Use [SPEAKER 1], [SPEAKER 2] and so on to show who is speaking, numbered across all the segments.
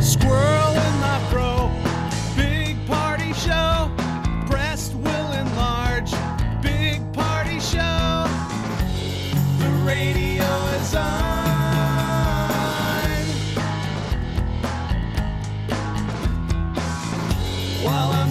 [SPEAKER 1] Squirrel in my fro, big party show. Breast will enlarge, big party show. The radio is on. While I'm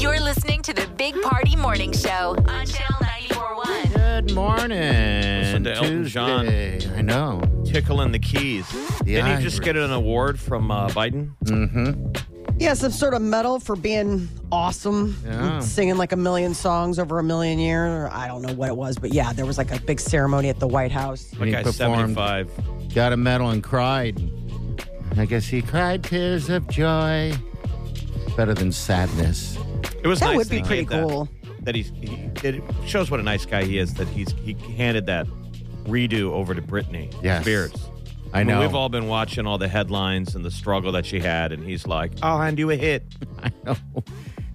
[SPEAKER 2] You're listening to the Big Party Morning Show on Channel 941.
[SPEAKER 3] Good morning. Listen
[SPEAKER 4] to Elton John.
[SPEAKER 3] I know.
[SPEAKER 4] tickling the keys.
[SPEAKER 3] The
[SPEAKER 4] Didn't he just
[SPEAKER 3] ivory.
[SPEAKER 4] get an award from uh, Biden?
[SPEAKER 5] Yeah, some sort of medal for being awesome,
[SPEAKER 3] Yeah.
[SPEAKER 5] singing like a million songs over a million years, or I don't know what it was, but yeah, there was like a big ceremony at the White House.
[SPEAKER 3] And he
[SPEAKER 4] That guy's
[SPEAKER 3] performed,
[SPEAKER 4] 75.
[SPEAKER 3] Got a medal and cried. I guess he cried tears of joy. Better than sadness.
[SPEAKER 4] It was
[SPEAKER 5] That
[SPEAKER 4] nice
[SPEAKER 5] would be
[SPEAKER 4] he played
[SPEAKER 5] pretty
[SPEAKER 4] that-
[SPEAKER 5] cool.
[SPEAKER 4] That, he's, he, it shows what a nice guy he is that he's he handed that redo over to Britney
[SPEAKER 3] Yes.
[SPEAKER 4] Spears.
[SPEAKER 3] I
[SPEAKER 4] mean,
[SPEAKER 3] know.
[SPEAKER 4] We've all been watching all the headlines and the struggle that she had, and he's like, "I'll hand you a hit."
[SPEAKER 3] I know.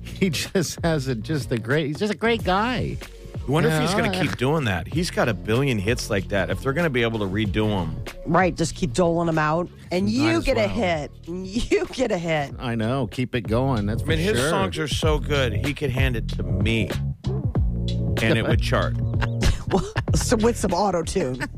[SPEAKER 3] He just has a just a great. He's just a great guy.
[SPEAKER 4] I wonder if he's
[SPEAKER 3] Yeah,
[SPEAKER 4] going
[SPEAKER 3] all
[SPEAKER 4] to
[SPEAKER 3] right.
[SPEAKER 4] keep doing that. He's got a billion hits like that. If they're going to be able to redo them,
[SPEAKER 5] Right, just keep doling them out, and
[SPEAKER 3] Might
[SPEAKER 5] you
[SPEAKER 3] as
[SPEAKER 5] get
[SPEAKER 3] well.
[SPEAKER 5] a hit. and You get a hit.
[SPEAKER 3] I know. Keep it going. That's
[SPEAKER 4] I
[SPEAKER 3] for
[SPEAKER 4] mean, his
[SPEAKER 3] sure.
[SPEAKER 4] songs are so good, he could hand it to me, and it would chart.
[SPEAKER 5] So with some auto tune,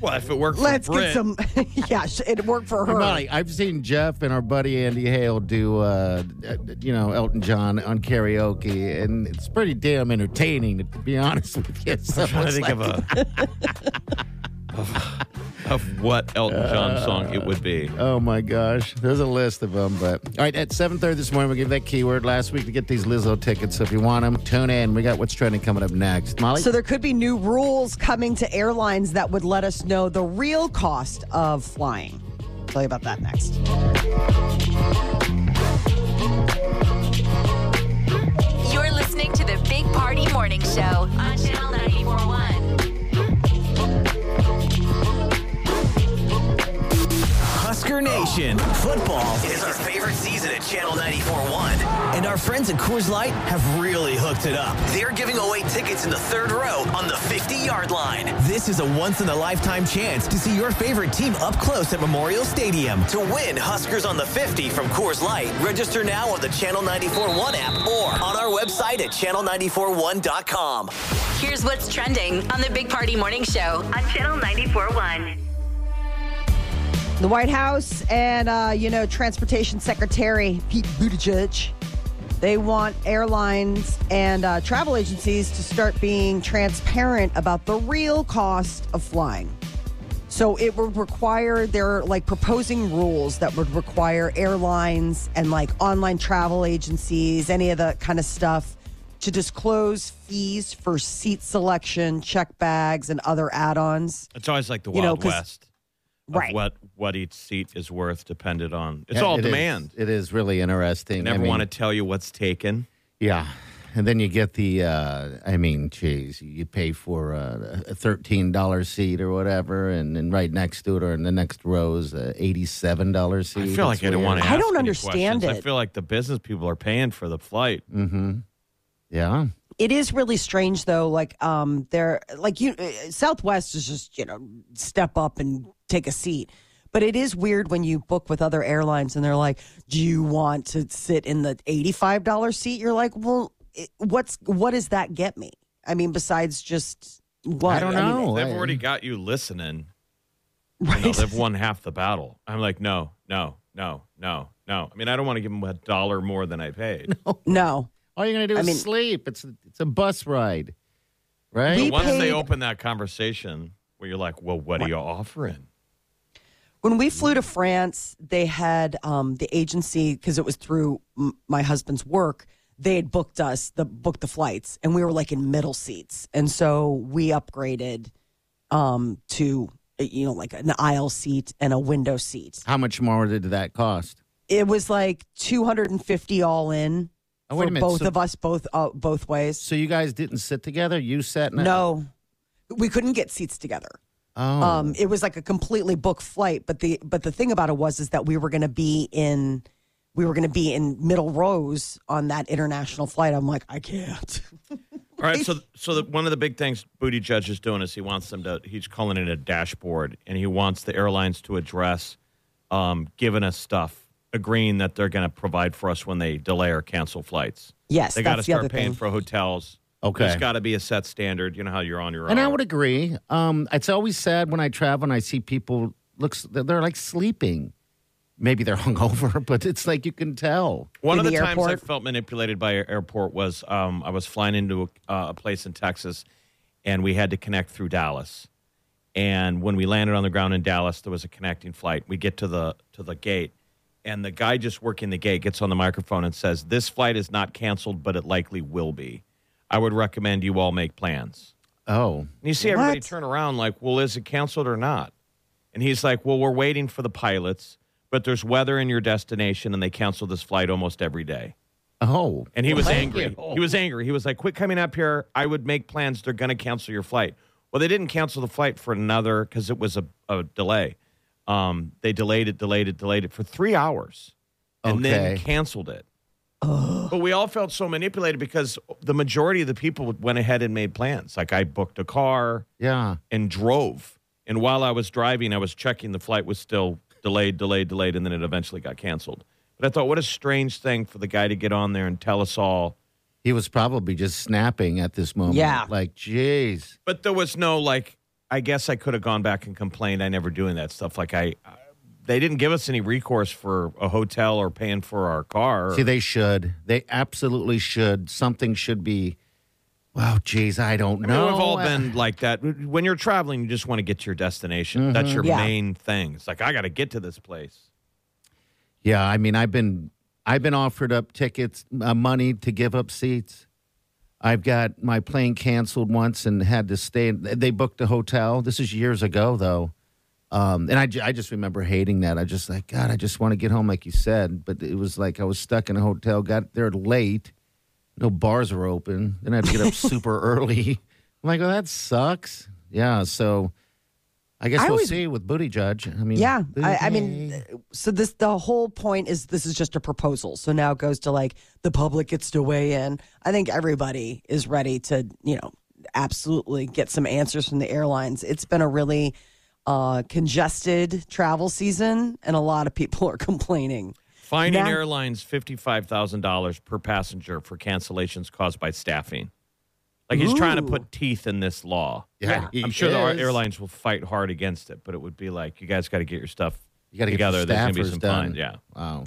[SPEAKER 4] Well, if it worked, for
[SPEAKER 5] let's get
[SPEAKER 4] Brit-
[SPEAKER 5] some. yeah, sh- it worked for her.
[SPEAKER 3] Molly, I've seen Jeff and our buddy Andy Hale do, uh, uh, you know, Elton John on karaoke, and it's pretty damn entertaining, to be honest with you. So
[SPEAKER 4] I'm trying to
[SPEAKER 3] it's
[SPEAKER 4] think
[SPEAKER 3] like-
[SPEAKER 4] of a of, of what Elton John
[SPEAKER 5] Uh,
[SPEAKER 4] song it would be.
[SPEAKER 3] Oh my gosh, there's a list of them. But all right, at 7:30 this morning, we give that keyword last week to get these Lizzo tickets. So if you want them, tune in. We got what's trending coming up next. Molly,
[SPEAKER 5] So there could be new rules coming to airlines that would let us know the real cost of flying. I'll tell you about that next.
[SPEAKER 2] You're listening to the Big Party Morning Show on Channel 941.
[SPEAKER 6] Husker Nation. Football is our favorite season at Channel 941. And our friends at Coors Light have really hooked it up. They're giving away tickets in the third row on the 50 yard line. This is a once in a lifetime chance to see your favorite team up close at Memorial Stadium. To win Huskers on the 50 from Coors Light, register now on the Channel 941 app or on our website at channel941.com.
[SPEAKER 2] Here's what's trending on the Big Party Morning Show on Channel 941.
[SPEAKER 5] The White House and, uh, you know, Transportation Secretary Pete Buttigieg, they want airlines and uh, travel agencies to start being transparent about the real cost of flying. So it would require, they're like proposing rules that would require airlines and like online travel agencies, any of that kind of stuff, to disclose fees for seat selection, check bags, and other add ons.
[SPEAKER 4] It's always like the
[SPEAKER 5] You
[SPEAKER 4] Wild
[SPEAKER 5] know, 'cause-
[SPEAKER 4] West. Of
[SPEAKER 5] Right.
[SPEAKER 4] What what each seat is worth depended on. It's
[SPEAKER 3] Yeah,
[SPEAKER 4] all
[SPEAKER 3] it is-
[SPEAKER 4] demand.
[SPEAKER 3] it is really interesting.
[SPEAKER 4] They never
[SPEAKER 3] I mean,
[SPEAKER 4] want to tell you what's taken.
[SPEAKER 3] Yeah. And then you get the, uh, I mean, geez, you pay for uh, a $13 seat or whatever, and then right next to it or in the next row is a $87 seat.
[SPEAKER 4] I feel like I don't want to.
[SPEAKER 5] I
[SPEAKER 4] ask
[SPEAKER 5] don't
[SPEAKER 4] any
[SPEAKER 5] understand
[SPEAKER 4] questions. I
[SPEAKER 5] it.
[SPEAKER 4] feel like the business people are paying for the flight.
[SPEAKER 3] Yeah.
[SPEAKER 5] it is really strange though like um they're like you uh, southwest is just you know step up and take a seat but it is weird when you book with other airlines and they're like do you want to sit in the $85 seat you're like well it, what's what does that get me I mean, besides just what?
[SPEAKER 3] I don't
[SPEAKER 5] mean,
[SPEAKER 3] know.
[SPEAKER 4] They've
[SPEAKER 3] I-
[SPEAKER 4] already got you listening. You know,
[SPEAKER 5] right?
[SPEAKER 4] they've won half the battle. I'm like, no, no, no, no, no. I mean, I don't want to give them a dollar more than I paid.
[SPEAKER 5] no.
[SPEAKER 3] All you're gonna do
[SPEAKER 5] I
[SPEAKER 3] is
[SPEAKER 5] mean-
[SPEAKER 3] sleep. It's it's a bus ride, right?
[SPEAKER 5] We-
[SPEAKER 4] But once
[SPEAKER 5] paid-
[SPEAKER 4] they open that conversation where you're like, well, what are you offering?
[SPEAKER 5] When we flew to France, they had um, the agency because it was through m- my husband's work. They had booked us the booked the flights, and we were like in middle seats, and so we upgraded um, to uh, you know like an aisle seat and a window seat.
[SPEAKER 3] How much more did that cost?
[SPEAKER 5] It was like two hundred and fifty all in
[SPEAKER 3] Oh, wait
[SPEAKER 5] for
[SPEAKER 3] a minute.
[SPEAKER 5] both
[SPEAKER 3] So-
[SPEAKER 5] of us, both uh, both ways.
[SPEAKER 3] So you guys didn't sit together. You sat. in a-
[SPEAKER 5] No, we couldn't get seats together.
[SPEAKER 3] Oh.
[SPEAKER 5] Um, it was like a completely booked flight, but the but the thing about it was is that we were going to be in we were going to be in middle rows on that international flight. I'm like, I can't.
[SPEAKER 4] All right, so so the, one of the big things Booty Judge is doing is he wants them to he's calling it a dashboard, and he wants the airlines to address um, giving us stuff, agreeing that they're going to provide for us when they delay or cancel flights.
[SPEAKER 5] Yes,
[SPEAKER 4] they got to
[SPEAKER 5] that's the
[SPEAKER 4] start
[SPEAKER 5] other
[SPEAKER 4] paying
[SPEAKER 5] thing.
[SPEAKER 4] for hotels.
[SPEAKER 3] Okay.
[SPEAKER 4] there's got to be a set standard. You know how you're on your own.
[SPEAKER 3] And I would agree. Um, it's always sad when I travel and I see people looks they're- they're like sleeping. Maybe they're hungover, but it's like you can tell.
[SPEAKER 4] One
[SPEAKER 5] In
[SPEAKER 4] of the,
[SPEAKER 5] the
[SPEAKER 4] times I
[SPEAKER 5] airport?
[SPEAKER 4] felt manipulated by an airport was um, I was flying into a, uh, a place in Texas, and we had to connect through Dallas. And when we landed on the ground in Dallas, there was a connecting flight. We get to the to the gate, and the guy just working the gate gets on the microphone and says, "This flight is not canceled, but it likely will be. I would recommend you all make plans."
[SPEAKER 3] Oh,
[SPEAKER 4] And you see everybody
[SPEAKER 5] What?
[SPEAKER 4] turn around like, well, is it canceled or not? And he's like, well, we're waiting for the pilots, but there's weather in your destination and they cancel this flight almost every day.
[SPEAKER 3] oh,
[SPEAKER 4] And he was
[SPEAKER 3] Thank
[SPEAKER 4] angry.
[SPEAKER 3] you.
[SPEAKER 4] He was angry. He was like, quit coming up here. I would make plans. They're going to cancel your flight. Well, they didn't cancel the flight for another because it was a, a delay. Um, they delayed it, delayed it, delayed it for three hours and then
[SPEAKER 3] Okay.
[SPEAKER 4] canceled it. But we all felt so manipulated because the majority of the people went ahead and made plans. Like I booked a car
[SPEAKER 3] yeah.
[SPEAKER 4] and drove. And while I was driving, I was checking the flight was still delayed, delayed, delayed, and then it eventually got canceled. But I thought, what a strange thing for the guy to get on there and tell us all.
[SPEAKER 3] He was probably just snapping at this moment.
[SPEAKER 5] Yeah.
[SPEAKER 3] like jeez.
[SPEAKER 4] But there was no like, I guess I could have gone back and complained. I never doing that stuff. Like I, I they didn't give us any recourse for a hotel or paying for our car.
[SPEAKER 3] See, they should. They absolutely should. Something should be. Wow, jeez, I don't
[SPEAKER 4] I mean,
[SPEAKER 3] know.
[SPEAKER 4] we've all been like that. When you're traveling, you just want to get to your destination.
[SPEAKER 3] Mm-hmm.
[SPEAKER 4] That's your
[SPEAKER 5] Yeah.
[SPEAKER 4] main thing. It's like I got to get to this place.
[SPEAKER 3] Yeah, I mean, I've been I've been offered up tickets, uh, money to give up seats. I've got my plane canceled once and had to stay. They booked a hotel. This is years ago, though. Um, and I, ju- I just remember hating that. I just like, God, I just want to get home, like you said. But it was like I was stuck in a hotel, got there late. No bars were open. Then I had to get up super early. I'm like, well, that sucks. Yeah. So I guess
[SPEAKER 5] I
[SPEAKER 3] we'll
[SPEAKER 5] always-
[SPEAKER 3] see with Booty Judge. I mean,
[SPEAKER 5] Yeah, I, I
[SPEAKER 3] Booty.
[SPEAKER 5] mean, uh, so this the whole point is this is just a proposal. So now it goes to like the public gets to weigh in. I think everybody is ready to you know absolutely get some answers from the airlines. It's been a really uh, congested travel season, and a lot of people are complaining.
[SPEAKER 4] Fining
[SPEAKER 5] Now-
[SPEAKER 4] airlines fifty-five thousand dollars per passenger for cancellations caused by staffing. Like he's trying to
[SPEAKER 5] Ooh.
[SPEAKER 4] put teeth in this law.
[SPEAKER 3] Yeah, he
[SPEAKER 4] I'm sure the ar-
[SPEAKER 3] is.
[SPEAKER 4] airlines will fight hard against it, but it would be like you guys got to get your stuff
[SPEAKER 3] You got to get
[SPEAKER 4] together.
[SPEAKER 3] the
[SPEAKER 4] There's gonna be
[SPEAKER 3] staffers
[SPEAKER 4] some
[SPEAKER 3] done.
[SPEAKER 4] fine. Yeah.
[SPEAKER 3] Wow.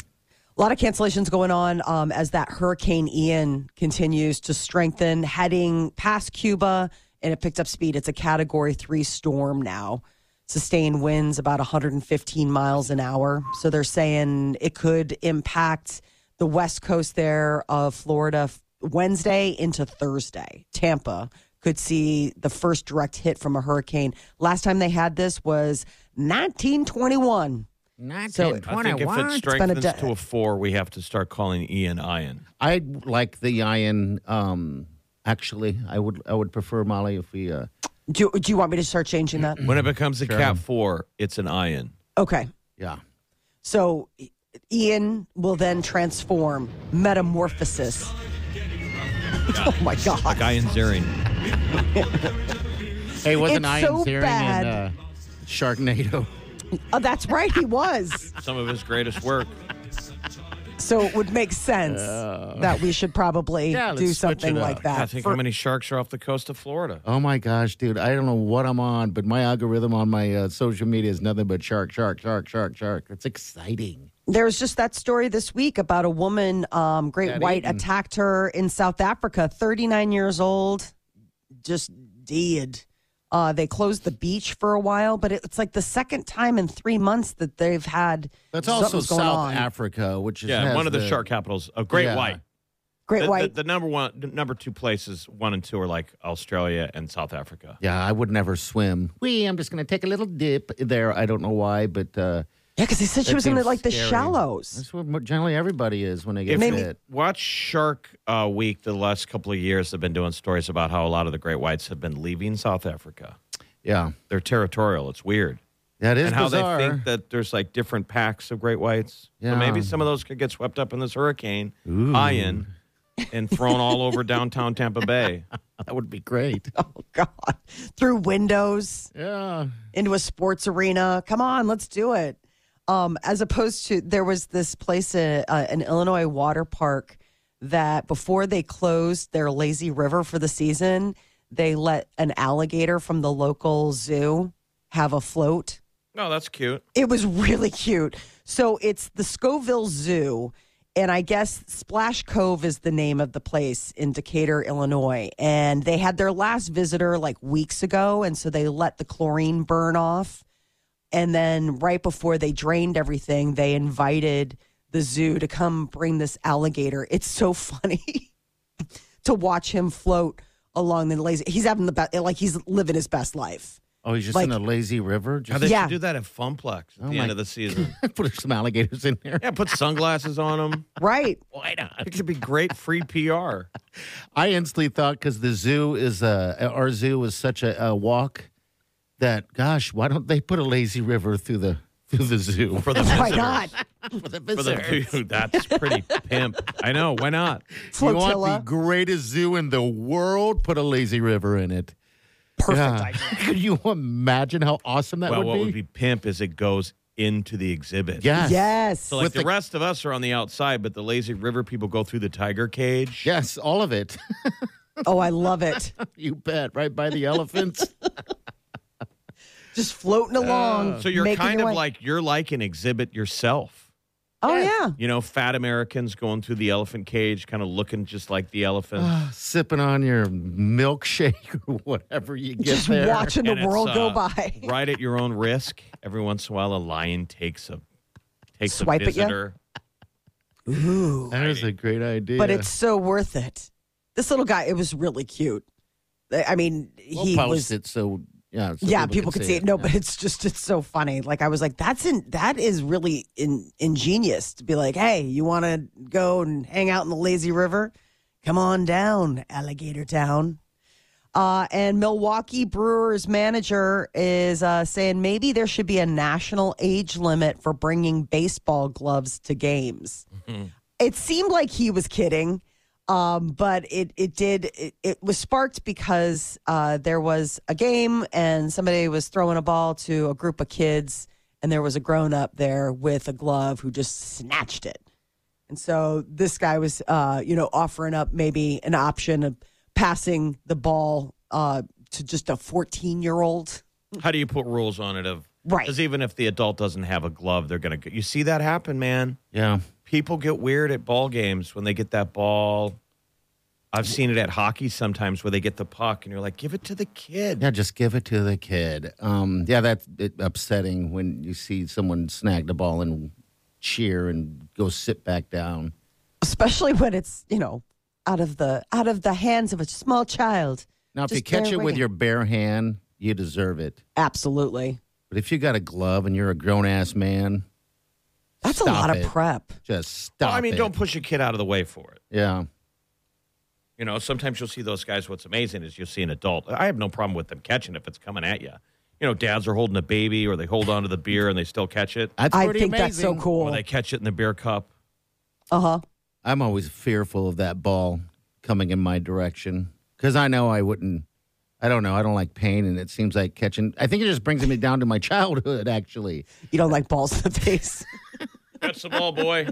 [SPEAKER 5] A lot of cancellations going on um, as that Hurricane Ian continues to strengthen, heading past Cuba, and it picked up speed. It's a Category Three storm now. Sustained winds about 115 miles an hour. So they're saying it could impact the west coast there of Florida f- Wednesday into Thursday. Tampa could see the first direct hit from a hurricane. Last time they had this was 1921. So-
[SPEAKER 4] I think if it
[SPEAKER 5] been a
[SPEAKER 4] strengthens
[SPEAKER 5] de-
[SPEAKER 4] to a four, we have to start calling Ian Ian.
[SPEAKER 3] I like the iron. Um, actually, I would I would prefer Molly if we. Uh,
[SPEAKER 5] Do, do you want me to start changing that?
[SPEAKER 4] When it
[SPEAKER 3] Mm-hmm.
[SPEAKER 4] becomes a cat four, it's an Ian.
[SPEAKER 5] Okay.
[SPEAKER 3] yeah.
[SPEAKER 5] So I- Ian will then transform metamorphosis. Oh my
[SPEAKER 4] Like
[SPEAKER 5] god.
[SPEAKER 4] Ian Ziering.
[SPEAKER 3] Hey, wasn't
[SPEAKER 5] It's
[SPEAKER 3] iron
[SPEAKER 5] so
[SPEAKER 3] Ziering
[SPEAKER 5] bad.
[SPEAKER 3] in uh, Sharknado?
[SPEAKER 5] Oh, that's right, he was.
[SPEAKER 4] Some of his greatest work.
[SPEAKER 5] So it would make sense that we should probably
[SPEAKER 3] Yeah, let's
[SPEAKER 5] do
[SPEAKER 3] switch
[SPEAKER 5] something
[SPEAKER 3] it
[SPEAKER 5] like
[SPEAKER 3] up.
[SPEAKER 4] I
[SPEAKER 5] that.
[SPEAKER 4] think
[SPEAKER 5] for-
[SPEAKER 4] how many sharks are off the coast of Florida?
[SPEAKER 3] Oh my gosh, dude! I don't know what I'm on, but my algorithm on my uh, social media is nothing but shark, shark, shark, shark, shark. It's exciting.
[SPEAKER 5] There was just that story this week about a woman, um, Great
[SPEAKER 3] Got
[SPEAKER 5] White,
[SPEAKER 3] eaten.
[SPEAKER 5] attacked her in South Africa, 39 years old, just dead. Uh, they closed the beach for a while, but it's like the second time in three months that they've had
[SPEAKER 3] That's also
[SPEAKER 5] something's
[SPEAKER 3] South
[SPEAKER 5] going on.
[SPEAKER 3] Africa, which is
[SPEAKER 4] Yeah,
[SPEAKER 3] has
[SPEAKER 4] one of the, shark capitals of Great
[SPEAKER 3] Yeah.
[SPEAKER 4] White.
[SPEAKER 5] Great
[SPEAKER 4] The,
[SPEAKER 5] White.
[SPEAKER 4] the, the number one, the number two places, one and two are like Australia and South Africa.
[SPEAKER 3] Yeah, I would never swim. We, I'm just going to take a little dip there. I don't know why, but uh,
[SPEAKER 5] yeah, because they said she
[SPEAKER 3] that
[SPEAKER 5] was in the,
[SPEAKER 3] seems
[SPEAKER 5] like the
[SPEAKER 3] scary.
[SPEAKER 5] shallows.
[SPEAKER 3] that's what mo- generally everybody is when they get
[SPEAKER 4] Maybe-
[SPEAKER 3] fit.
[SPEAKER 4] Watch Shark uh, Week. The last couple of years, they've been doing stories about how a lot of the Great Whites have been leaving South Africa.
[SPEAKER 3] Yeah,
[SPEAKER 4] They're territorial. It's weird.
[SPEAKER 3] that is
[SPEAKER 4] and how
[SPEAKER 3] bizarre.
[SPEAKER 4] they think that there's like different packs of great whites. So
[SPEAKER 3] Yeah.
[SPEAKER 4] maybe some of those could get swept up in this hurricane, Ian, and thrown all over downtown Tampa Bay.
[SPEAKER 3] that would be great.
[SPEAKER 5] Oh, God. Through windows.
[SPEAKER 3] yeah.
[SPEAKER 5] into a sports arena. Come on, let's do it. Um, as opposed to there was this place, uh, uh, an Illinois water park, that before they closed their lazy river for the season, they let an alligator from the local zoo have a float.
[SPEAKER 4] No, that's cute.
[SPEAKER 5] It was really cute. So it's the Scoville Zoo, and I guess Splash Cove is the name of the place in Decatur, Illinois. And they had their last visitor like weeks ago, and so they let the chlorine burn off. And then right before they drained everything, they invited the zoo to come bring this alligator. It's so funny to watch him float along the lazy. He's having the best, like he's living his best life.
[SPEAKER 3] Oh, he's just in
[SPEAKER 5] Like-
[SPEAKER 3] a lazy river.
[SPEAKER 4] Now
[SPEAKER 3] Just
[SPEAKER 4] they
[SPEAKER 5] Yeah.
[SPEAKER 4] should do that at Funplex at the
[SPEAKER 3] my-
[SPEAKER 4] end of the season.
[SPEAKER 3] put some alligators in there.
[SPEAKER 4] Oh yeah, put sunglasses on them.
[SPEAKER 5] Right.
[SPEAKER 3] Why not?
[SPEAKER 4] It could be great free PR.
[SPEAKER 3] I instantly thought because the zoo is uh, our zoo is such a, a walk that gosh, why don't they put a lazy river through the through the zoo
[SPEAKER 4] For the
[SPEAKER 5] Why
[SPEAKER 4] visitors.
[SPEAKER 5] not?
[SPEAKER 3] for the
[SPEAKER 4] For the,
[SPEAKER 3] visitors?
[SPEAKER 4] dude, that's pretty pimp. I know. Why not?
[SPEAKER 3] you want
[SPEAKER 5] Flotilla.
[SPEAKER 3] the greatest zoo in the world? Put a lazy river in it.
[SPEAKER 5] Perfect
[SPEAKER 3] Yeah. Could you imagine how awesome that
[SPEAKER 4] well,
[SPEAKER 3] would,
[SPEAKER 4] what
[SPEAKER 3] be?
[SPEAKER 4] would be pimp is it goes into the exhibit.
[SPEAKER 3] Yes.
[SPEAKER 5] Yes.
[SPEAKER 4] So like
[SPEAKER 3] With
[SPEAKER 4] the,
[SPEAKER 3] the-
[SPEAKER 4] rest of us are on the outside, but the lazy river people go through the tiger cage.
[SPEAKER 3] Yes, all of it.
[SPEAKER 5] oh, I love it.
[SPEAKER 3] you bet. Right by the elephants.
[SPEAKER 5] Just floating along.
[SPEAKER 4] So you're
[SPEAKER 5] making
[SPEAKER 4] kind
[SPEAKER 5] your
[SPEAKER 4] of
[SPEAKER 5] way-
[SPEAKER 4] like you're like an exhibit yourself.
[SPEAKER 5] oh yeah.
[SPEAKER 4] You know, fat Americans going through the elephant cage, kind of looking just like the elephant.
[SPEAKER 3] Sipping on your milkshake or whatever you get
[SPEAKER 5] Just
[SPEAKER 3] there.
[SPEAKER 5] watching the
[SPEAKER 4] And it's,
[SPEAKER 5] world go
[SPEAKER 4] uh,
[SPEAKER 5] by.
[SPEAKER 4] right at your own risk. Every once in a while, a lion takes a takes
[SPEAKER 5] Swipe
[SPEAKER 4] a
[SPEAKER 5] at ya?
[SPEAKER 4] visitor.
[SPEAKER 5] Ooh.
[SPEAKER 3] That is a great idea.
[SPEAKER 5] But it's so worth it. This little guy, it was really cute. I I mean,
[SPEAKER 3] we'll
[SPEAKER 5] he
[SPEAKER 3] post
[SPEAKER 5] was.
[SPEAKER 3] it so yeah. so
[SPEAKER 5] yeah, people, could see it. No, but it's just it's so funny. Like I was like, that's in that is really in, ingenious to be like, hey, you want to go and hang out in the lazy river? Come on down, alligator town. Uh, and Milwaukee Brewers manager is uh, saying maybe there should be a national age limit for bringing baseball gloves to games. It seemed like he was kidding, um, but it it did it, it was sparked because uh, there was a game and somebody was throwing a ball to a group of kids, and there was a grown up there with a glove who just snatched it. And so this guy was, uh, you know, offering up maybe an option of passing the ball uh, to just a 14 year old.
[SPEAKER 4] How do you put rules on it? Of
[SPEAKER 5] Right.
[SPEAKER 4] because even if the adult doesn't have a glove, they're gonna. go You see that happen, man.
[SPEAKER 3] Yeah.
[SPEAKER 4] People get weird at ball games when they get that ball. I've seen it at hockey sometimes where they get the puck and you're like, give it to the kid.
[SPEAKER 3] Yeah, just give it to the kid. Um, yeah, that's it upsetting when you see someone snag the ball and cheer and go sit back down.
[SPEAKER 5] Especially when it's, you know, out of the out of the hands of a small child.
[SPEAKER 3] Now, if you
[SPEAKER 5] Just
[SPEAKER 3] catch
[SPEAKER 5] there
[SPEAKER 3] it with
[SPEAKER 5] waiting.
[SPEAKER 3] your bare hand, you deserve it.
[SPEAKER 5] Absolutely.
[SPEAKER 3] But if you got a glove and you're a grown ass man,
[SPEAKER 5] That's a
[SPEAKER 3] Stop
[SPEAKER 5] lot
[SPEAKER 3] it.
[SPEAKER 5] of prep.
[SPEAKER 3] just stop.
[SPEAKER 4] Well, I mean,
[SPEAKER 3] it.
[SPEAKER 4] don't push a kid out of the way for it.
[SPEAKER 3] Yeah,
[SPEAKER 4] You know, sometimes you'll see those guys. What's amazing is you'll see an adult. I have no problem with them catching it if it's coming at you. You know, dads are holding a baby or they hold onto the beer and they still catch it.
[SPEAKER 3] that's
[SPEAKER 5] I
[SPEAKER 3] pretty
[SPEAKER 5] think that's so
[SPEAKER 3] amazing.
[SPEAKER 5] cool.
[SPEAKER 4] Or they catch it in the beer cup.
[SPEAKER 5] Uh huh.
[SPEAKER 3] I'm always fearful of that ball coming in my direction because I know I wouldn't. I don't know. I don't like pain, and it seems like catching. I think it just brings me down to my childhood. Actually,
[SPEAKER 5] You don't like balls in the face.
[SPEAKER 4] That's the ball, boy.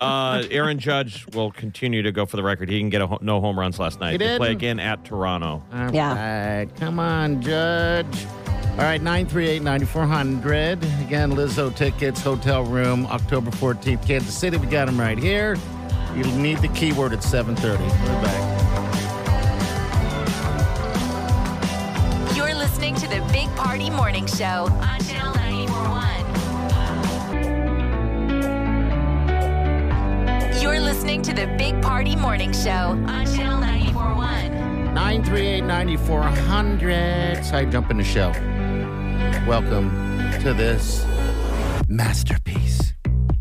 [SPEAKER 4] Uh, Aaron Judge will continue to go for the record. He didn't get a ho- no home runs last night.
[SPEAKER 3] He
[SPEAKER 4] They play
[SPEAKER 3] didn't?
[SPEAKER 4] again at Toronto.
[SPEAKER 5] Uh,
[SPEAKER 3] All
[SPEAKER 5] Yeah.
[SPEAKER 3] right. Come on, Judge. All right, 938 9400. Again, Lizzo tickets, hotel room, October 14th, Kansas City. We got them right here. You need the keyword at 730. We're back.
[SPEAKER 2] You're listening to the Big Party Morning Show on Channel 941. You're listening to the Big Party Morning Show on Channel 941.
[SPEAKER 3] 938 9400. So I jump in the show. Welcome to this masterpiece.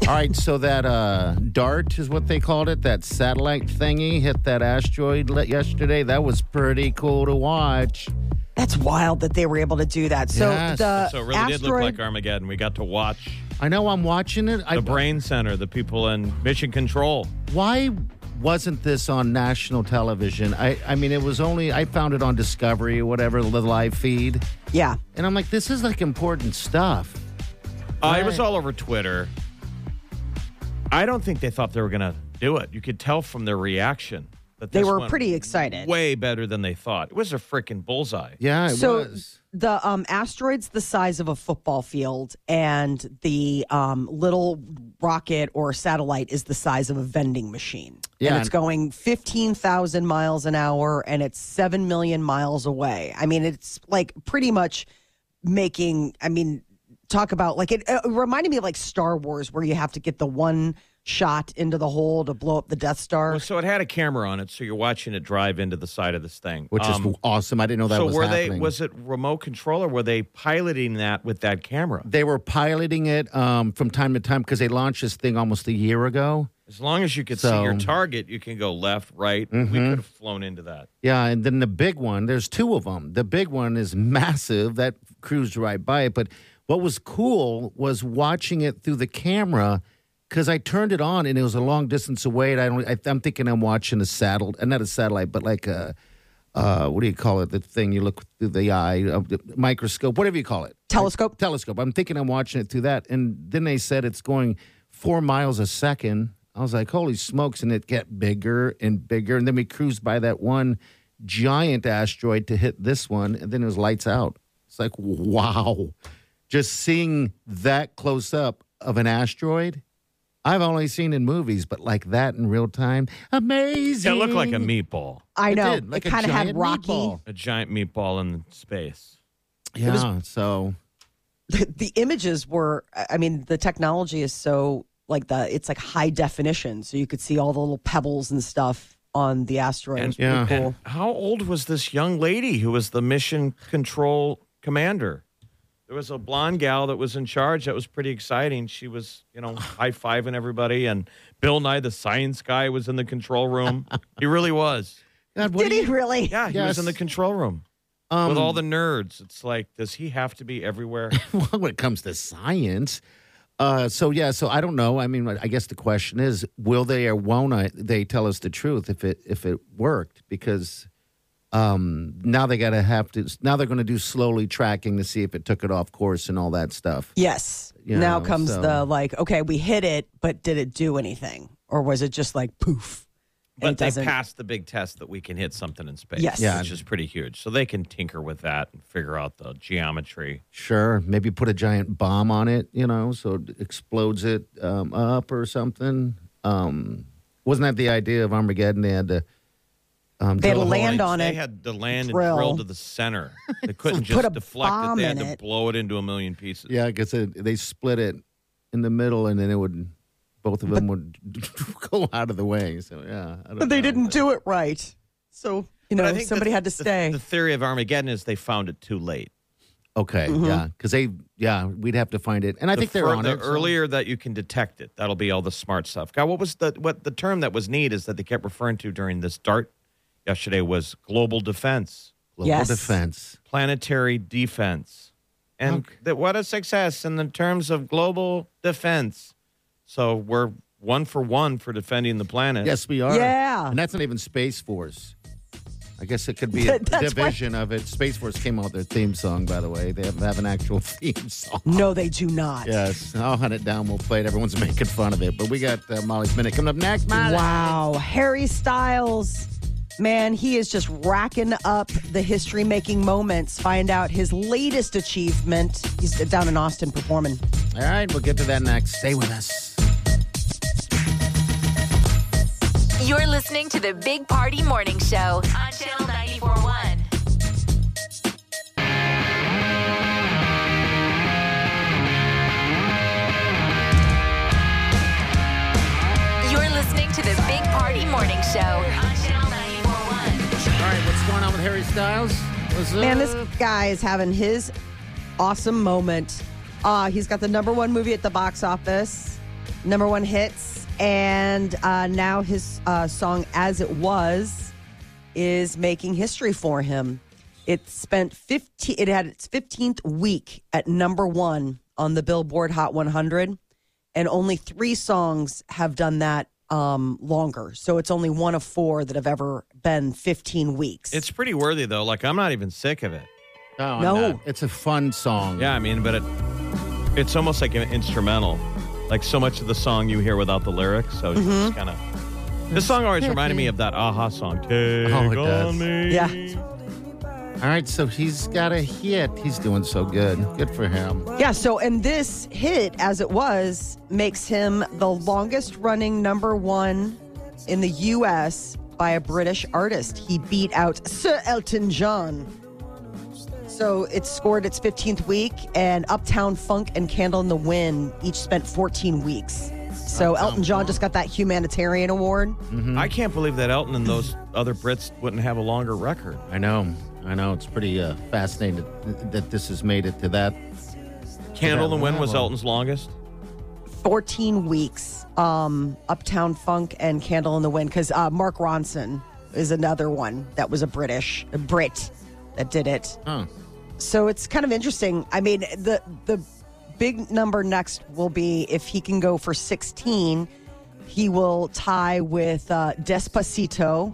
[SPEAKER 3] All right, so that uh, DART is what they called it, that satellite thingy hit that asteroid le- yesterday. That was pretty cool to watch.
[SPEAKER 5] That's wild that they were able to do that. So
[SPEAKER 3] Yes.
[SPEAKER 5] the
[SPEAKER 4] So it really
[SPEAKER 5] asteroid,
[SPEAKER 4] did look like Armageddon. We got to watch
[SPEAKER 3] I know I'm watching it. I,
[SPEAKER 4] the brain center, the people in Mission Control.
[SPEAKER 3] why wasn't this on national television? I, I mean, it was only, I found it on Discovery or whatever, the live feed.
[SPEAKER 5] yeah,
[SPEAKER 3] And I'm like, this is like important stuff.
[SPEAKER 4] Uh, it was all over Twitter. I don't think they thought they were going to do it. You could tell from their reaction that
[SPEAKER 5] they
[SPEAKER 4] this
[SPEAKER 5] were
[SPEAKER 4] went
[SPEAKER 5] pretty excited.
[SPEAKER 4] way better than they thought. It was a freaking bullseye.
[SPEAKER 3] Yeah, it
[SPEAKER 5] so
[SPEAKER 3] was.
[SPEAKER 5] the um, asteroid's the size of a football field, and the um, little rocket or satellite is the size of a vending machine.
[SPEAKER 3] Yeah,
[SPEAKER 5] and it's
[SPEAKER 3] and-
[SPEAKER 5] going fifteen thousand miles an hour, and it's seven million miles away. I mean, it's like pretty much making. I mean, talk about like it, it reminded me of like Star Wars, where you have to get the one shot into the hole to blow up the Death Star.
[SPEAKER 4] Well, so it had a camera on it, so you're watching it drive into the side of this thing,
[SPEAKER 3] Which
[SPEAKER 4] Um,
[SPEAKER 3] is awesome. I didn't know that
[SPEAKER 4] so
[SPEAKER 3] was
[SPEAKER 4] were
[SPEAKER 3] happening.
[SPEAKER 4] they? Was it remote control or were they piloting that with that camera?
[SPEAKER 3] they were piloting it um, from time to time because they launched this thing almost a year ago.
[SPEAKER 4] As long as you could see
[SPEAKER 3] So- Mm-hmm.
[SPEAKER 4] your target, you can go left, right. We could have flown into that.
[SPEAKER 3] Yeah, and then the big one, there's two of them. The big one is massive. That cruised right by it. But what was cool was watching it through the camera because I turned it on and it was a long distance away. And I don't, I, I'm thinking I'm watching a satellite, not a satellite, but like a, uh, what do you call it? The thing you look through the eye, uh, the microscope, whatever you call it.
[SPEAKER 5] Telescope.
[SPEAKER 3] Telescope. I'm thinking I'm watching it through that. And then they said it's going four miles a second. I was like, holy smokes. And it got bigger and bigger. And then we cruised by that one giant asteroid to hit this one. And then it was lights out. It's like, wow. Just seeing that close up of an asteroid, I've only seen in movies, but like that in real time, amazing.
[SPEAKER 4] It looked like a meatball,
[SPEAKER 5] I
[SPEAKER 3] It
[SPEAKER 5] know
[SPEAKER 3] did, like
[SPEAKER 5] it
[SPEAKER 3] a
[SPEAKER 5] kind of had
[SPEAKER 3] giant
[SPEAKER 5] Rocky.
[SPEAKER 3] meatball.
[SPEAKER 4] a giant meatball in space.
[SPEAKER 3] Yeah. so
[SPEAKER 5] the, the images were i I mean the technology is so like the it's like high definition so you could see all the little pebbles and stuff on the asteroid It was pretty
[SPEAKER 3] yeah.
[SPEAKER 5] cool.
[SPEAKER 4] How old was this young lady who was the mission control commander? There was a blonde gal that was in charge. That was pretty exciting. She was, you know, high fiving everybody, and Bill Nye, the science guy, was in the control room. he really was.
[SPEAKER 3] God, what
[SPEAKER 5] did
[SPEAKER 3] do
[SPEAKER 5] he
[SPEAKER 3] you-
[SPEAKER 5] really
[SPEAKER 4] Yeah, he was in the
[SPEAKER 3] Yes.
[SPEAKER 4] control room
[SPEAKER 3] um,
[SPEAKER 4] with all the nerds. It's like, does he have to be everywhere?
[SPEAKER 3] well, when it comes to science. Uh, so yeah, so I don't know. I mean, I guess the question is, will they or won't I, they tell us the truth if it if it worked? Because um, now they gotta have to. Now they're gonna do slowly tracking to see if it took it off course and all that stuff.
[SPEAKER 5] yes
[SPEAKER 3] Yeah,
[SPEAKER 5] now comes
[SPEAKER 3] so-
[SPEAKER 5] the like okay we hit it but did it do anything or was it just like poof and
[SPEAKER 4] but
[SPEAKER 5] it
[SPEAKER 4] they
[SPEAKER 5] doesn't
[SPEAKER 4] passed the big test that we can hit something in space,
[SPEAKER 5] Yes. Yeah.
[SPEAKER 4] which is pretty huge. So they can tinker with that and figure out the geometry.
[SPEAKER 3] Sure, maybe put a giant bomb on it, you know, so it explodes it um, up or something. Um, wasn't that the idea of Armageddon? They had to um,
[SPEAKER 5] They
[SPEAKER 3] drill
[SPEAKER 5] had to
[SPEAKER 3] a hole
[SPEAKER 5] land
[SPEAKER 3] in-
[SPEAKER 5] on
[SPEAKER 4] they
[SPEAKER 5] it,
[SPEAKER 4] had to land
[SPEAKER 5] drill.
[SPEAKER 4] and drill to the center. They couldn't
[SPEAKER 5] Put a
[SPEAKER 4] just deflect it.
[SPEAKER 5] bomb
[SPEAKER 4] They had
[SPEAKER 5] in
[SPEAKER 4] to
[SPEAKER 5] it.
[SPEAKER 4] blow it into a million pieces.
[SPEAKER 3] Yeah, I guess it, they split it in the middle, and then it would both of them would go out of the way. So yeah, I don't
[SPEAKER 5] but they
[SPEAKER 3] know.
[SPEAKER 5] didn't do it right so you know
[SPEAKER 4] I think
[SPEAKER 5] somebody
[SPEAKER 4] the-
[SPEAKER 5] had to
[SPEAKER 4] the-
[SPEAKER 5] stay
[SPEAKER 4] The, theory of Armageddon is they found it too late.
[SPEAKER 3] Okay,
[SPEAKER 5] Mm-hmm.
[SPEAKER 3] yeah, because they yeah we'd have to find it, and I
[SPEAKER 4] the
[SPEAKER 3] think they're
[SPEAKER 4] fir-
[SPEAKER 3] on
[SPEAKER 4] the
[SPEAKER 3] it so-
[SPEAKER 4] earlier that you can detect it, that'll be all the smart stuff. God, what was the what the term that was neat is that they kept referring to during this dart yesterday was global defense,
[SPEAKER 3] global
[SPEAKER 5] Yes.
[SPEAKER 3] defense.
[SPEAKER 4] planetary defense, and
[SPEAKER 3] Okay.
[SPEAKER 4] that what a success in the terms of global defense. So we're one for one for defending the planet.
[SPEAKER 3] Yes, we are.
[SPEAKER 5] Yeah.
[SPEAKER 3] and that's not even space force. I guess it could be a
[SPEAKER 5] That's why-
[SPEAKER 3] division of it. Space Force came out with their theme song, by the way. They have, have an actual theme song.
[SPEAKER 5] No, they do not.
[SPEAKER 3] Yes, I'll hunt it down. We'll play it. Everyone's making fun of it, but we got uh, Molly's minute coming up next. Molly.
[SPEAKER 5] Wow. Harry Styles. Man, he is just racking up the history making moments. Find out his latest achievement. He's down in Austin performing.
[SPEAKER 3] All right, we'll get to that next. Stay with us.
[SPEAKER 2] You're listening to the Big Party Morning Show on Channel 941. You're listening to the Big Party Morning Show on Channel 941.
[SPEAKER 3] All right, what's going on with Harry Styles? What's
[SPEAKER 5] Man,
[SPEAKER 3] up?
[SPEAKER 5] this guy is having his awesome moment. Uh, he's got the number one movie at the box office, number one hits, and uh, now his uh, song "As It Was" is making history for him. It spent fifteen. It had its fifteenth week at number one on the Billboard Hot 100, and only three songs have done that um, longer. So it's only one of four that have ever been 15 weeks.
[SPEAKER 4] It's pretty worthy though. Like I'm not even sick of it.
[SPEAKER 3] No, I'm
[SPEAKER 5] No.
[SPEAKER 3] not. Oh, it's a fun song.
[SPEAKER 4] Yeah, I mean, but it it's almost like an instrumental. Like so much of the song you hear without the lyrics, so it's just kind of. This song always reminded me of that Aha song. Take
[SPEAKER 3] Mm-hmm. Oh, it
[SPEAKER 4] on
[SPEAKER 3] does.
[SPEAKER 4] me.
[SPEAKER 5] yeah.
[SPEAKER 3] All right, so he's got a hit. He's doing so good. Good for him.
[SPEAKER 5] Yeah, so and this hit as it was makes him the longest running number 1 in the US by a British artist. He beat out Sir Elton John. So it scored its 15th week and Uptown Funk and Candle in the Wind each spent 14 weeks. So Elton John just got that humanitarian award.
[SPEAKER 3] Mm-hmm.
[SPEAKER 4] I can't believe that Elton and those other Brits wouldn't have a longer record.
[SPEAKER 3] I know. I know. It's pretty uh, fascinating that- that this has made it to that.
[SPEAKER 4] Candle and Wind was
[SPEAKER 3] level.
[SPEAKER 4] Elton's longest.
[SPEAKER 5] 14 weeks um uptown funk and candle in the wind because uh, mark ronson is another one that was a british a brit that did it
[SPEAKER 3] Huh.
[SPEAKER 5] so it's kind of interesting i mean the the big number next will be if he can go for 16 he will tie with uh, despacito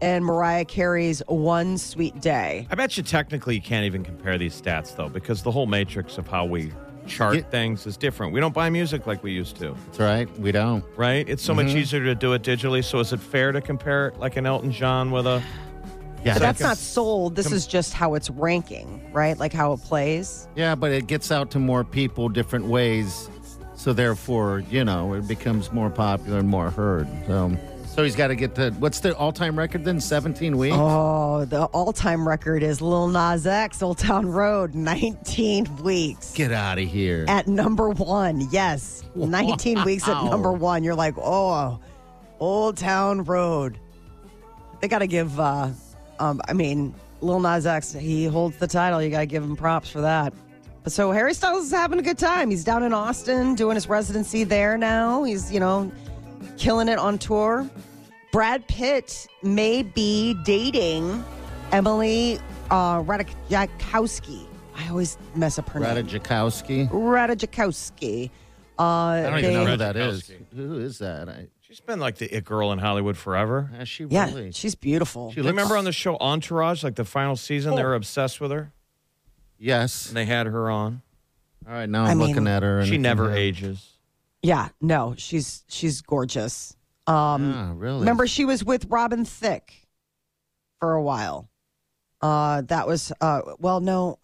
[SPEAKER 5] and mariah carey's one sweet day
[SPEAKER 4] I bet you technically you can't even compare these stats though, because the whole matrix of how we chart
[SPEAKER 3] Yeah.
[SPEAKER 4] things is different. We don't buy music like we used to,
[SPEAKER 3] That's right. We don't.
[SPEAKER 4] right? It's so
[SPEAKER 3] Mm-hmm.
[SPEAKER 4] much easier to do it digitally. So is it fair to compare like an Elton John with a?
[SPEAKER 3] Yeah,
[SPEAKER 5] but that's not sold this is just how it's ranking right like how it plays
[SPEAKER 3] Yeah, but it gets out to more people different ways. So therefore, you know, it becomes more popular and more heard. So, so he's got to get to what's the all-time record then? Seventeen weeks.
[SPEAKER 5] Oh, the all-time record is Lil Nas X, Old Town Road, 19 weeks
[SPEAKER 3] Get out of here.
[SPEAKER 5] at number one. Yes, 19 weeks at
[SPEAKER 3] Wow.
[SPEAKER 5] number one. You're like, oh, Old Town Road. They got to give. Uh, um, I mean, Lil Nas X, he holds the title. You got to give him props for that. But so Harry Styles is having a good time. He's down in Austin doing his residency there now. He's you know killing it on tour. Brad Pitt may be dating Emily uh, Ratajkowski. I always mess up her
[SPEAKER 3] Rada
[SPEAKER 5] name.
[SPEAKER 3] Jakowski.
[SPEAKER 5] Radajakowski. Uh,
[SPEAKER 3] I don't
[SPEAKER 5] they,
[SPEAKER 3] even know who that is.
[SPEAKER 4] Jakowski.
[SPEAKER 3] Who is that? I,
[SPEAKER 4] She's been like the it girl in Hollywood forever.
[SPEAKER 3] is she
[SPEAKER 5] Yeah,
[SPEAKER 3] really?
[SPEAKER 5] she's beautiful.
[SPEAKER 3] She looks-
[SPEAKER 4] Remember on the show Entourage, like the final season,
[SPEAKER 5] Oh.
[SPEAKER 4] they were obsessed with her
[SPEAKER 3] yes.
[SPEAKER 4] and they had her on.
[SPEAKER 3] All right, now I'm
[SPEAKER 5] I mean-
[SPEAKER 3] looking at her. And
[SPEAKER 4] She never
[SPEAKER 3] Yeah.
[SPEAKER 4] ages.
[SPEAKER 5] yeah, no, she's she's gorgeous. Um,
[SPEAKER 3] Ah, really?
[SPEAKER 5] remember she was with Robin Thicke for a while. Uh, that was uh, well, no,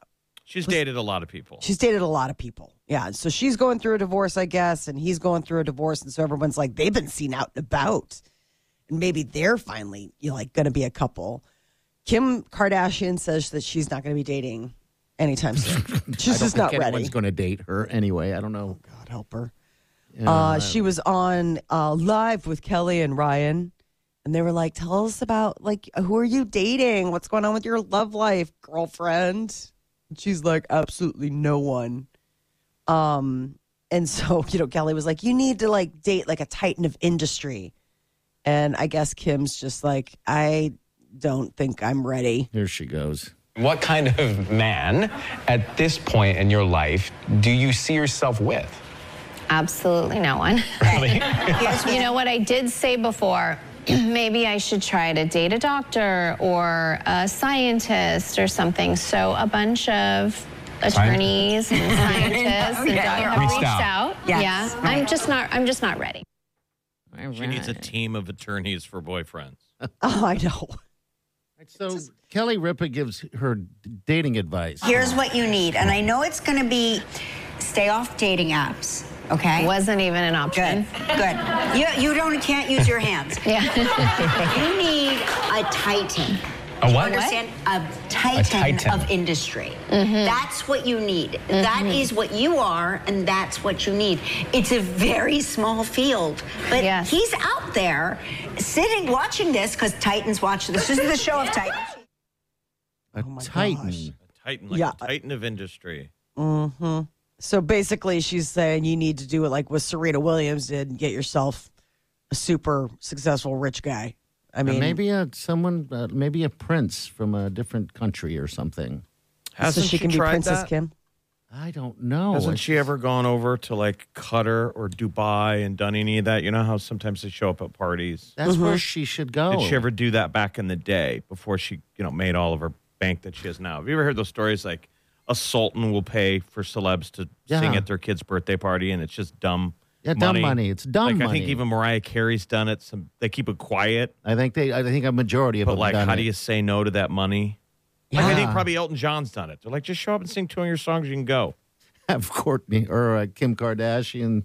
[SPEAKER 4] She's dated a lot of people.
[SPEAKER 5] she's dated a lot of people. Yeah, so she's going through a divorce, I guess, and he's going through a divorce, and so everyone's like, they've been seen out and about, and maybe they're finally you know, like going to be a couple. Kim Kardashian says that she's not going to be dating anytime soon.
[SPEAKER 3] I
[SPEAKER 5] she's
[SPEAKER 3] don't
[SPEAKER 5] just not
[SPEAKER 3] think
[SPEAKER 5] ready.
[SPEAKER 3] anyone's going to date her anyway. I don't know.
[SPEAKER 5] God help her.
[SPEAKER 3] Yeah,
[SPEAKER 5] uh, she was on uh, live with Kelly and Ryan, and they were like, "Tell us about like who are you dating? What's going on with your love life, girlfriend?" And she's like, "Absolutely no one." Um, and so you know, Kelly was like, "You need to like date like a titan of industry," and I guess Kim's just like, "I don't think I'm ready."
[SPEAKER 3] Here she goes.
[SPEAKER 7] What kind of man at this point in your life do you see yourself with?
[SPEAKER 8] Absolutely no one. Really? you know what I did say before maybe I should try to date a doctor or a scientist or something. So a bunch of attorneys and scientists and
[SPEAKER 9] Okay.
[SPEAKER 8] doctors have
[SPEAKER 9] Reached
[SPEAKER 8] reached
[SPEAKER 9] out.
[SPEAKER 8] out.
[SPEAKER 9] Yes,
[SPEAKER 8] yeah, I'm
[SPEAKER 9] right.
[SPEAKER 8] just not. I'm just not ready.
[SPEAKER 4] She needs a team of attorneys for boyfriends.
[SPEAKER 5] Oh, I know.
[SPEAKER 3] So Kelly Ripa gives her dating advice.
[SPEAKER 9] Here's what you need, and I know it's going to be stay off dating apps. Okay.
[SPEAKER 8] Wasn't even an option.
[SPEAKER 9] Good. Good. You, you don't can't use your hands.
[SPEAKER 8] Yeah.
[SPEAKER 9] you need a titan.
[SPEAKER 7] A
[SPEAKER 9] You
[SPEAKER 7] what?
[SPEAKER 9] understand? A titan,
[SPEAKER 7] titan.
[SPEAKER 9] of industry.
[SPEAKER 8] Mm-hmm.
[SPEAKER 9] That's what you need. That is what you are, and that's what you need. It's a very small field, but
[SPEAKER 8] Yes.
[SPEAKER 9] he's out there sitting watching this because Titans watch this. This is the show of Titans.
[SPEAKER 3] A
[SPEAKER 5] my
[SPEAKER 3] titan.
[SPEAKER 5] gosh.
[SPEAKER 4] A titan, like
[SPEAKER 5] Yeah.
[SPEAKER 4] a titan of industry.
[SPEAKER 5] So basically, she's saying you need to do it like what Serena Williams did and get yourself a super successful rich guy. I
[SPEAKER 3] Or
[SPEAKER 5] mean,
[SPEAKER 3] maybe a, someone, uh, maybe a prince from a different country or something.
[SPEAKER 5] so
[SPEAKER 4] Hasn't
[SPEAKER 5] she can be
[SPEAKER 4] tried
[SPEAKER 5] Princess
[SPEAKER 4] that?
[SPEAKER 5] Kim.
[SPEAKER 3] I don't know.
[SPEAKER 4] Hasn't she ever gone over to like Qatar or Dubai and done any of that? You know how sometimes they show up at parties.
[SPEAKER 3] That's where she should go.
[SPEAKER 4] Did she ever do that back in the day before she, you know, made all of her bank that she has now? Have you ever heard those stories like a sultan will pay for celebs to
[SPEAKER 3] Yeah.
[SPEAKER 4] sing at their kid's birthday party and it's just dumb
[SPEAKER 3] Yeah, dumb
[SPEAKER 4] money.
[SPEAKER 3] money. It's dumb
[SPEAKER 4] like, I
[SPEAKER 3] money.
[SPEAKER 4] think even Mariah Carey's done it. Some they keep it quiet,
[SPEAKER 3] I think they. I think a majority of
[SPEAKER 4] but
[SPEAKER 3] them.
[SPEAKER 4] like
[SPEAKER 3] done
[SPEAKER 4] how
[SPEAKER 3] it.
[SPEAKER 4] do you say no to that money? Like I think
[SPEAKER 3] Yeah.
[SPEAKER 4] probably Elton John's done it. They're like, just show up and sing two of your songs, you can go.
[SPEAKER 3] have Courtney or uh, Kim Kardashian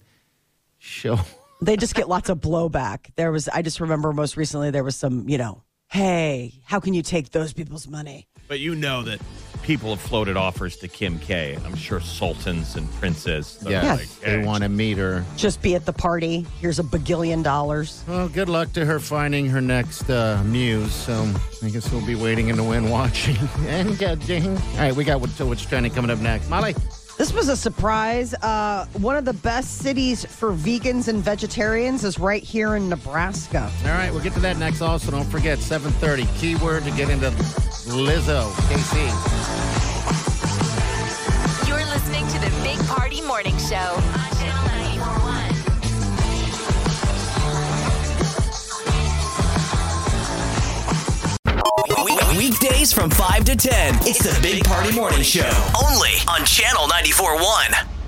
[SPEAKER 3] show?
[SPEAKER 5] They just get lots of blowback. There was, I just remember most recently there was some, you know, hey, how can you take those people's money?
[SPEAKER 4] But you know that people have floated offers to Kim K. I'm sure sultans and princes. that are
[SPEAKER 3] Yeah,
[SPEAKER 4] like,
[SPEAKER 3] they
[SPEAKER 4] "Eh,
[SPEAKER 3] want to meet her.
[SPEAKER 5] Just be at the party. Here's a bagillion dollars.
[SPEAKER 3] Well, good luck to her finding her next uh, muse. So I guess we'll be waiting in the wind watching and judging. All right, we got what, so what's trending coming up next. Molly,
[SPEAKER 5] This was a surprise. Uh, one of the best cities for vegans and vegetarians is right here in Nebraska.
[SPEAKER 3] all right, we'll get to that next. Also, don't forget 7:30 keyword to get into Lizzo KC.
[SPEAKER 2] You're listening to the Big Party Morning Show on Channel 941.
[SPEAKER 6] Week- Weekdays from 5 to 10. It's the Big Party Morning Show. Only on Channel 94.1.